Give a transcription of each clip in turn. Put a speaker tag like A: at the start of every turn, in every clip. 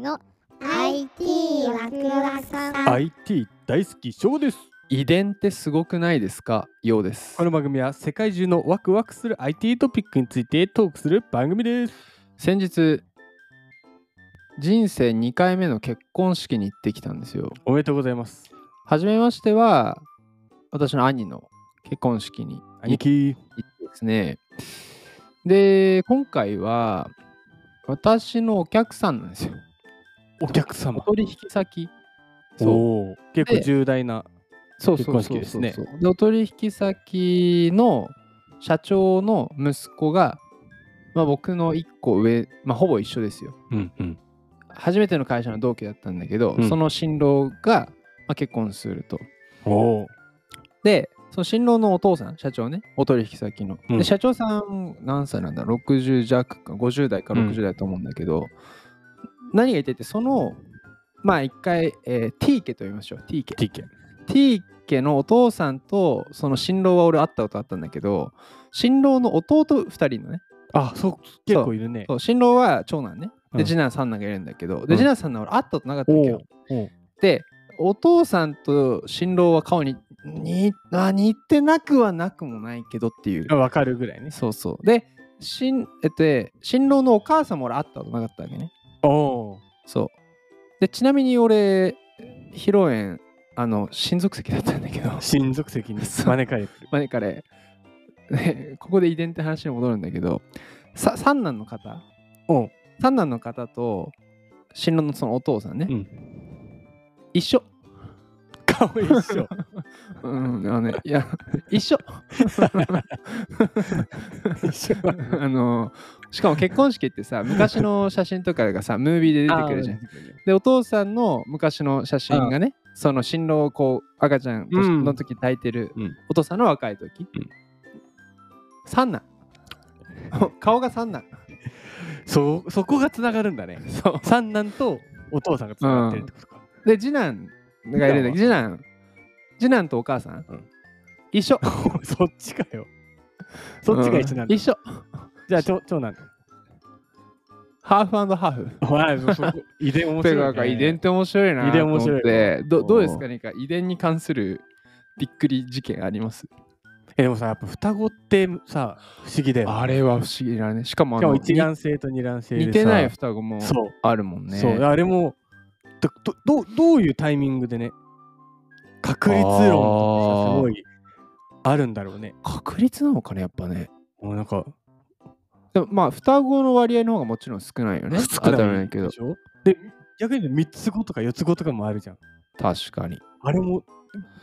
A: の
B: IT ワクワクさん
C: IT 大好き翔です
D: 遺伝ってすごくないですかようです
C: この番組は世界中のワクワクする IT トピックについてトークする番組です
D: 先日人生2回目の結婚式に行ってきたんですよ
C: おめでとうございます
D: 初めましては私の兄の結婚式に
C: 兄貴
D: 行ってですねで今回は私のお客さんなんですよ
C: お客
D: お
C: 様
D: 取引先そう
C: おー結構重大な
D: そう
C: 結
D: そ
C: 婚
D: う
C: 式
D: そう
C: ですね
D: そうそうでお取引先の社長の息子が、まあ、僕の1個上、まあ、ほぼ一緒ですよ
C: うんうん
D: 初めての会社の同期だったんだけど、
C: うん
D: その新郎が、まあ、結婚すると
C: おー
D: でその新郎のお父さん社長ねお取引先の、
C: うん
D: で社長さん何歳なんだ60弱か50代か
C: うん
D: 60代だと思うんだけど、何が言っててそのまあ一回、えー、T 家と言いましょう T 家
C: TK
D: T 家のお父さんとその新郎は俺会ったことあったんだけど新郎の弟2人のね
C: あそう結構いるね
D: そう新郎は長男ね
C: う
D: で
C: ん
D: 次男三男がいるんだけど、
C: う
D: で
C: ん
D: 次男三男は俺会ったことなかった
C: お
D: わけ
C: ー
D: ど
C: おー
D: でお父さんと新郎は顔ににあ似てなくはなくもないけどっていう
C: あわかるぐらいね
D: そうそうで新,、えっとね、新郎のお母さんも俺会ったことなかったわけね
C: おー
D: そうでちなみに俺披露宴あの親族席だったんだけ ど
C: 親族席に
D: そう
C: 招かれてる
D: まあね彼ねここで遺伝って話に戻るんだけどさ三男の方
C: おう
D: 三男の方と新郎のそのお父さんね、
C: うん
D: 一緒
C: 顔一緒
D: うんあのね いや一緒
C: 一緒
D: あのしかも結婚式ってさ昔の写真とかがさムービーで出てくるじゃんでお父さんの昔の写真がねその新郎をこう赤ちゃん
C: う
D: の
C: ん
D: の時抱いてる、
C: うん
D: お父さんの若い時、
C: うん
D: 三男 顔が三男
C: そうそこがつながるんだね
D: そう
C: 三男とお父さんがつながってるってことか
D: で、次男がいるんだけど、次男、次男とお母さん、
C: うん
D: 一 緒。
C: そっちかよ。そっちが一緒なんだ。
D: うん一緒。
C: じゃあ、長長男。
D: ハーフハーフ。
C: はい、もうそこ遺伝面
D: とい
C: 白
D: う
C: い、
D: か、なんか遺伝って面白いな
C: 遺伝面白い
D: と思ってど、どうです
C: う
D: かねか遺伝に関するびっくり事件あります
C: えでもさ、やっぱ双子ってさ、不思議だよね。
D: あれは不思議だね。しかもあ
C: しかも
D: の、
C: 一卵性と二卵性で
D: に
C: さ
D: 似てない双子も
C: そう、
D: あるもんね。
C: そう。あれも、どどどうどういうタイミングでね、確率論とかさすごいあるんだろうね。
D: 確率なのかね、やっぱね。
C: もうなんか、
D: でもまあ、双子の割合の方がもちろん少ないよね。
C: 少ない
D: 当たり前だけど
C: で。しょで、逆に三つ子とか四つ子とかもあるじゃん。
D: 確かに。
C: あれも、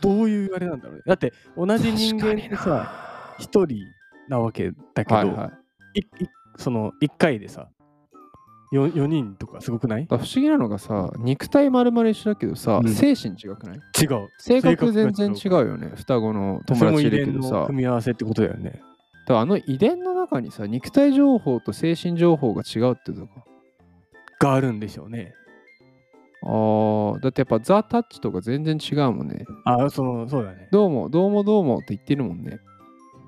C: どういうあれなんだろうね。だって、同じ人間って
D: 確かに
C: さ、
D: な
C: 一人なわけだけど、
D: はいはい。
C: いいその1回でさ 4, 4人とかすごくない
D: だから不思議なのがさ肉体丸々一緒だけどさ、
C: うん
D: 精神違くない
C: 違う性
D: 性格
C: 格が違
D: 全
C: う
D: 然違うよね双子の
C: それ
D: 友
C: も
D: 達
C: 遺
D: いるけ
C: 伝
D: ど
C: の
D: さだか
C: 組み合わせってことだよね
D: らあの遺伝の中にさ肉体情報と精神情報が違うってとこ
C: があるんでしょうね
D: あーだってやっぱザ・タッチとか全然違うもんね
C: あそのそうだね
D: どうもどうもどうもって言ってるもんね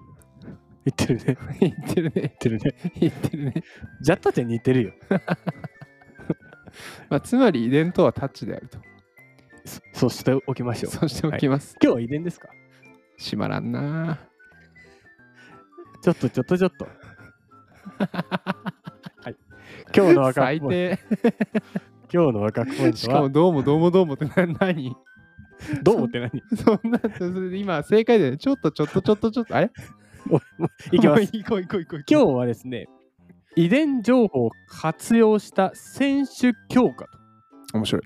C: 言ってるね言っ
D: 言ってるね
C: てるね
D: 言ってるね、
C: ジャッタちゃん似てるよ
D: まあ、つまり遺伝とはタッチであると
C: そそうしておきましょう
D: そうしておきます、
C: 今日は遺伝ですか
D: しまらんなあ
C: ちょっとちょっとちょっ とはい今日の若
D: 最
C: くポイン
D: 低
C: ト今日の若くポイン
D: し
C: ト
D: か
C: は
D: もどうもどうもどうもってな何
C: どう思って何
D: そんなそれで今正解でちょっとちょっとちょっとちょっとあれ
C: いきます
D: 行こう行こう行こう
C: 今日はですね遺伝情報を活用した選手強化と
D: 面白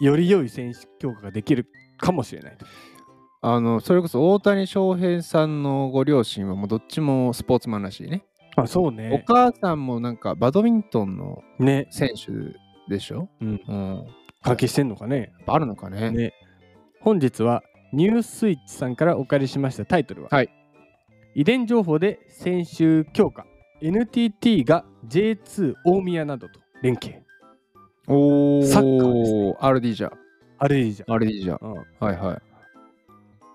D: い
C: より良い選手強化ができるかもしれないと。
D: あのそれこそ大谷翔平さんのご両親はもうどっちもスポーツマンらしいね、
C: あ、そう
D: お
C: ね。
D: 母さんもなんかバドミントンの
C: ね、
D: 選手でしょ
C: うん、
D: うん、
C: 関係してんのかね。
D: あるのかね
C: ね、本日はニュースイッチさんからお借りしましたタイトルは、
D: はい
C: 遺伝情報で選手強化 NTT が J2 大宮などと連携。
D: おお
C: サッカーですね
D: アルディージャ
C: あれいいじゃん。
D: アルディージャ
C: うん
D: はいは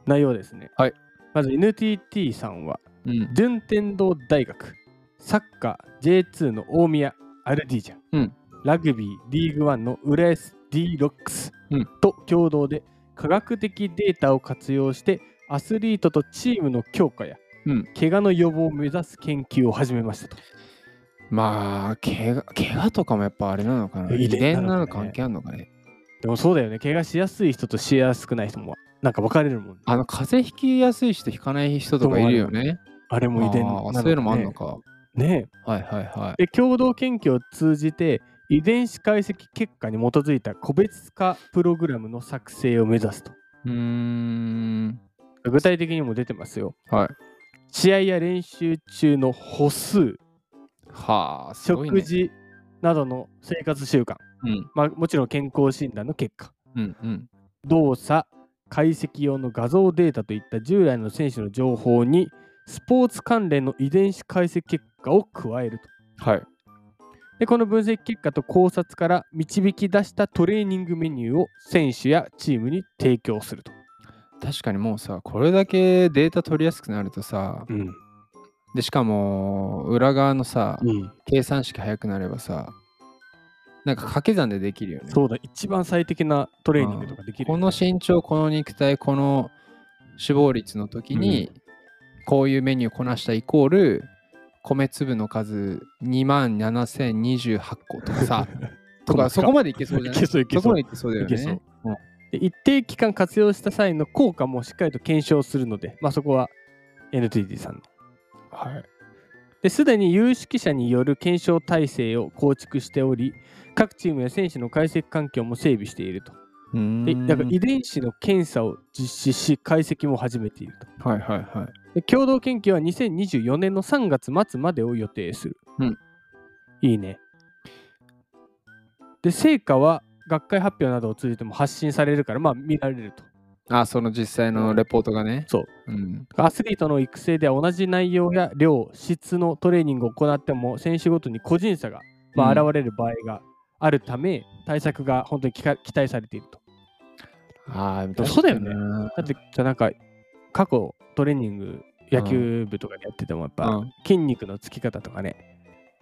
C: 内容ですね。
D: はい
C: まず NTT さんは、
D: い、うん、
C: 順天堂大学サッカー J2 の大宮アルディージャ、
D: うん
C: ラグビーリーグワンの浦安 D ロックス
D: うん
C: と共同で科学的データを活用してアスリートとチームの強化や、
D: うん
C: 怪我の予防を目指す研究を始めましたと。
D: まあ怪我怪我とかもやっぱあれなのかな遺
C: 遺
D: 伝
C: 伝
D: な
C: な
D: の
C: の
D: か
C: かね
D: 関係あるのかね
C: でもそうだよね、怪我しやすい人としやすくない人もなんか分かれるもん、ね、
D: あの風邪ひきやすい人引かない人とかいるよね
C: あれも遺伝な
D: あ
C: の
D: ー
C: かね
D: そういうのもあるのか
C: ね
D: はいはいはい
C: えで共同研究を通じて遺伝子解析結果に基づいた個別化プログラムの作成を目指すと
D: うーん
C: 具体的にも出てますよ
D: はい
C: 試合や練習中の歩数
D: はあすごい
C: 食
D: ね
C: 事などの生活習慣、
D: うん
C: まあ、もちろん健康診断の結果
D: うんうん
C: 動作解析用の画像データといった従来の選手の情報にスポーツ関連の遺伝子解析結果を加えると
D: はい
C: でこの分析結果と考察から導き出したトレーニングメニューを選手やチームに提供すると、
D: 確かにもうさこれだけデータ取りやすくなるとさ
C: うん
D: でしかも裏側のさ
C: うん、
D: 計算式早くなればさなんか掛け算でできるよね
C: そうだ一番最適なトレーニングとかできる
D: この身長この肉体この死亡率の時に、こういうメニューこなしたイコール米粒の数2万7028個とか さと
C: 細
D: か
C: か
D: そこまでいけそうじゃ
C: い
D: ない
C: けそういけ
D: そ
C: そ
D: こま
C: う
D: でいけそうだよ
C: いけそ
D: ね
C: う。で一定期間活用した際の効果もしっかりと検証するので、まあ、そこは NTT さんの。
D: はい、
C: ですでに有識者による検証体制を構築しており各チームや選手の解析環境も整備していると。
D: うーん
C: でだから遺伝子の検査を実施し解析も始めていると。
D: はいはいはい。
C: で共同研究は2024年の3月末までを予定する。
D: うん
C: いいね。で成果は学会発表などを通じても発信されるから、まあ、見られると。
D: あその実際のレポートがね。
C: そう
D: うん。
C: アスリートの育成では同じ内容や量、質のトレーニングを行っても選手ごとに個人差が、まあ、
D: うん
C: 現れる場合があるため、対策が本当に期か期待されていると。
D: ああ、
C: そうだよね
D: 確か
C: だってじゃあなんか過去トレーニング野球部とかでやっててもやっぱ、
D: にな。
C: 筋肉のつき方とかね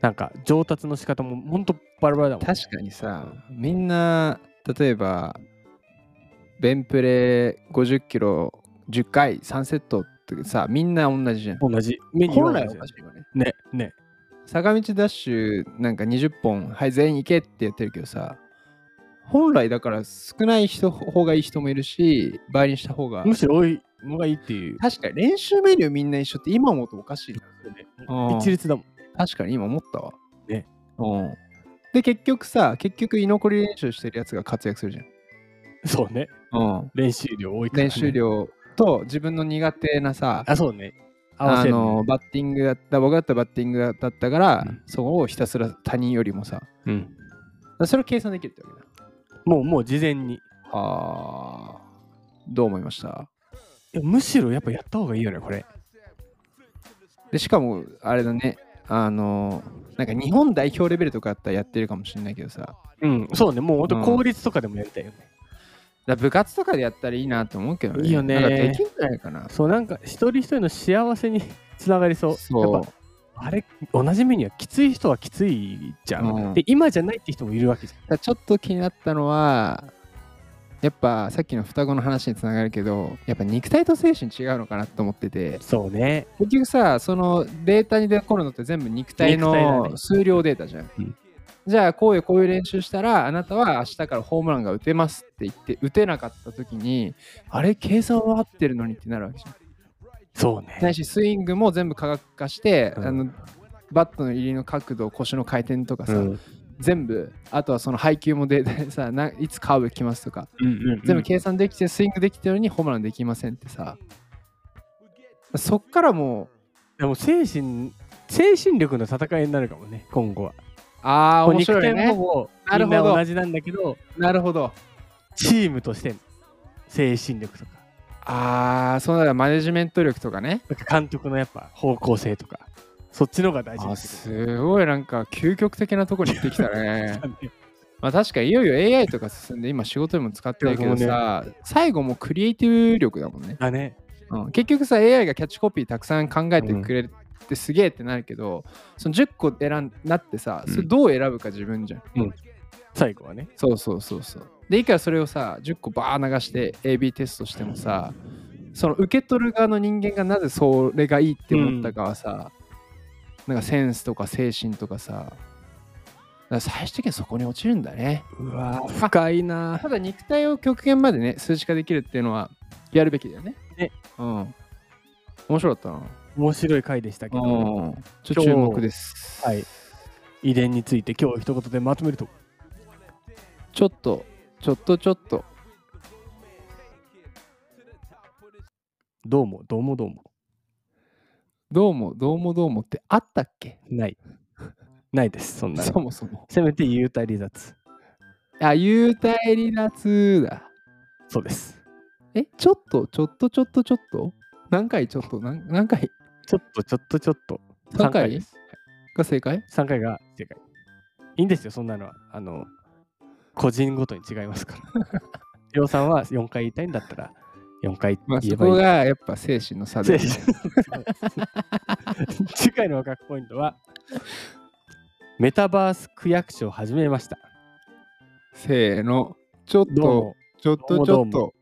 C: なんか上達の仕方もほんとバラバラだ
D: う
C: も
D: ん
C: んね、
D: 確かにさ、みんな、例えば、ベンプレ50キロ10回3セットってさ、みんな同じじゃん。
C: 同じメニュー
D: 本
C: は
D: 来
C: 同
D: は
C: じだ
D: 同じよね。
C: ねね
D: 坂道ダッシュなんか20本、はい、全員行けってやってるけどさ、本来だから少ない人方がいい人もいるし、倍にした方が。
C: むしろ多いのがいいっていう、
D: 確かに練習メニューみんな一緒って今思うとおかしいな。うん
C: 一律だもん
D: 確かに今思ったわ。
C: ね。
D: うん。で、結局さ、結局居残り練習してるやつが活躍するじ
C: そうね
D: ゃん。うん。
C: 練習量多いから、ね、
D: 練習量と自分の苦手なさ、
C: あそうね合わ
D: あ
C: せるね
D: の、バッティングだった、僕だったらバッティングだったから、
C: うん
D: そこをひたすら他人よりもさ、
C: うん、
D: それを計算できるってわけだ。
C: もうもう事前に
D: ああ。どう思いました
C: いやむしろやっぱやった方がいいよねこれ
D: で、しかも、あれだね、あの、なんか日本代表レベルとかだったらやってるかもしれないけどさ、
C: うんそうねもうほん
D: う
C: と
D: ん
C: 効率とかでもやりたいよね、
D: だから部活とかでやったらいいなと思うけどね。
C: いいよね
D: なんかできんじゃないかな。
C: そうなんか一人一人の幸せにつながりそうやっぱあれ同じメニューはきつい人はきついじゃん、
D: うん
C: で今じゃないって人もいるわけじゃん
D: だからちょっと気になったのは、やっぱさっきの双子の話につながるけど、やっぱ肉体と精神違うのかなと思ってて、
C: そうね
D: 結局さ、そのデータに出てこるのって全部肉体
C: 肉体だ
D: の
C: ね
D: 数量データじゃん。
C: うん
D: じゃあこういうこういう練習したらあなたは明日からホームランが打てますって言って打てなかった時にあれ計算は合ってるのにってなるわけじゃん
C: そうね
D: ないしスイングも全部科学化して、
C: うん
D: あのバットの入りの角度腰の回転とかさ、
C: うん
D: 全部あとはその配球もデータで さないつカーブ来ますとか
C: うんうん
D: 全部計算できてスイングできてるのにホームランできませんってさそっからもう
C: でも精神精神力の戦いになるかもね今後は
D: ああ面白い
C: 肉体
D: ね
C: もも
D: な
C: う
D: る
C: み
D: ほ
C: ん
D: ど
C: な同じなんだけど
D: なるほど
C: チームとしての精神力とか
D: ああそうだよマネジメント力とかね
C: なんか監督のやっぱ方向性とかそっちの方が大事
D: あ
C: にな
D: ー
C: ってく
D: すごいなんか究極的なとこに行ってきたね
C: る
D: まあ確かにいよいよ AI とか進んで今仕事にも使ってるけど
C: いや
D: さ、最後もクリエイティブ力だもんね
C: だね
D: うん結局さ AI がキャッチコピーたくさん考えてくれってすげえってなるけどその10個選んなってさそれどう選ぶか自分じゃん、
C: 最後はね。
D: そうそうそうそうでいいからそれをさ10個バー流して AB テストしてもさその受け取る側の人間がなぜそれがいいって思ったかはさ、なんかセンスとか精神とかさだから最終的にはそこに落ちるんだね
C: うわ深いな
D: ただ肉体を極限までね数値化できるっていうのはやるべきだよね。
C: ね
D: うん。面白かったな。
C: 面白い回でしたけ
D: う
C: ど、
D: ん。ちょっと注目です。
C: はい。遺伝について今日一言でまとめると、
D: ちょっと、ちょっとちょっと。
C: どうも、どうもどうも。
D: どうもどうもどうもってあったっけ
C: ない。ないです、そんなの。
D: そもそも。
C: せめて幽体離脱。
D: あ、幽体離脱だ。
C: そうです。
D: え、ちょっとちょっとちょっとちょっと何回ちょっと何何回
C: ちょっと、ちょっと、ちょっと。
D: 三回
C: 三です。
D: が正解
C: 3回が正解。いいんですよ、そんなのは。あの、個人ごとに違いますから。 りょうさんは4回言いたいんだったら、4回
D: まあ
C: 言え
D: そ
C: ばいい。
D: こがやっぱ精神の差
C: 失
D: で
C: 礼。します 次回のワクワクポイントは、メタバース区役所を始めました。
D: せーの。ちょっ
C: どうも
D: と。ちょっとち
C: どう
D: ょっ
C: も
D: と。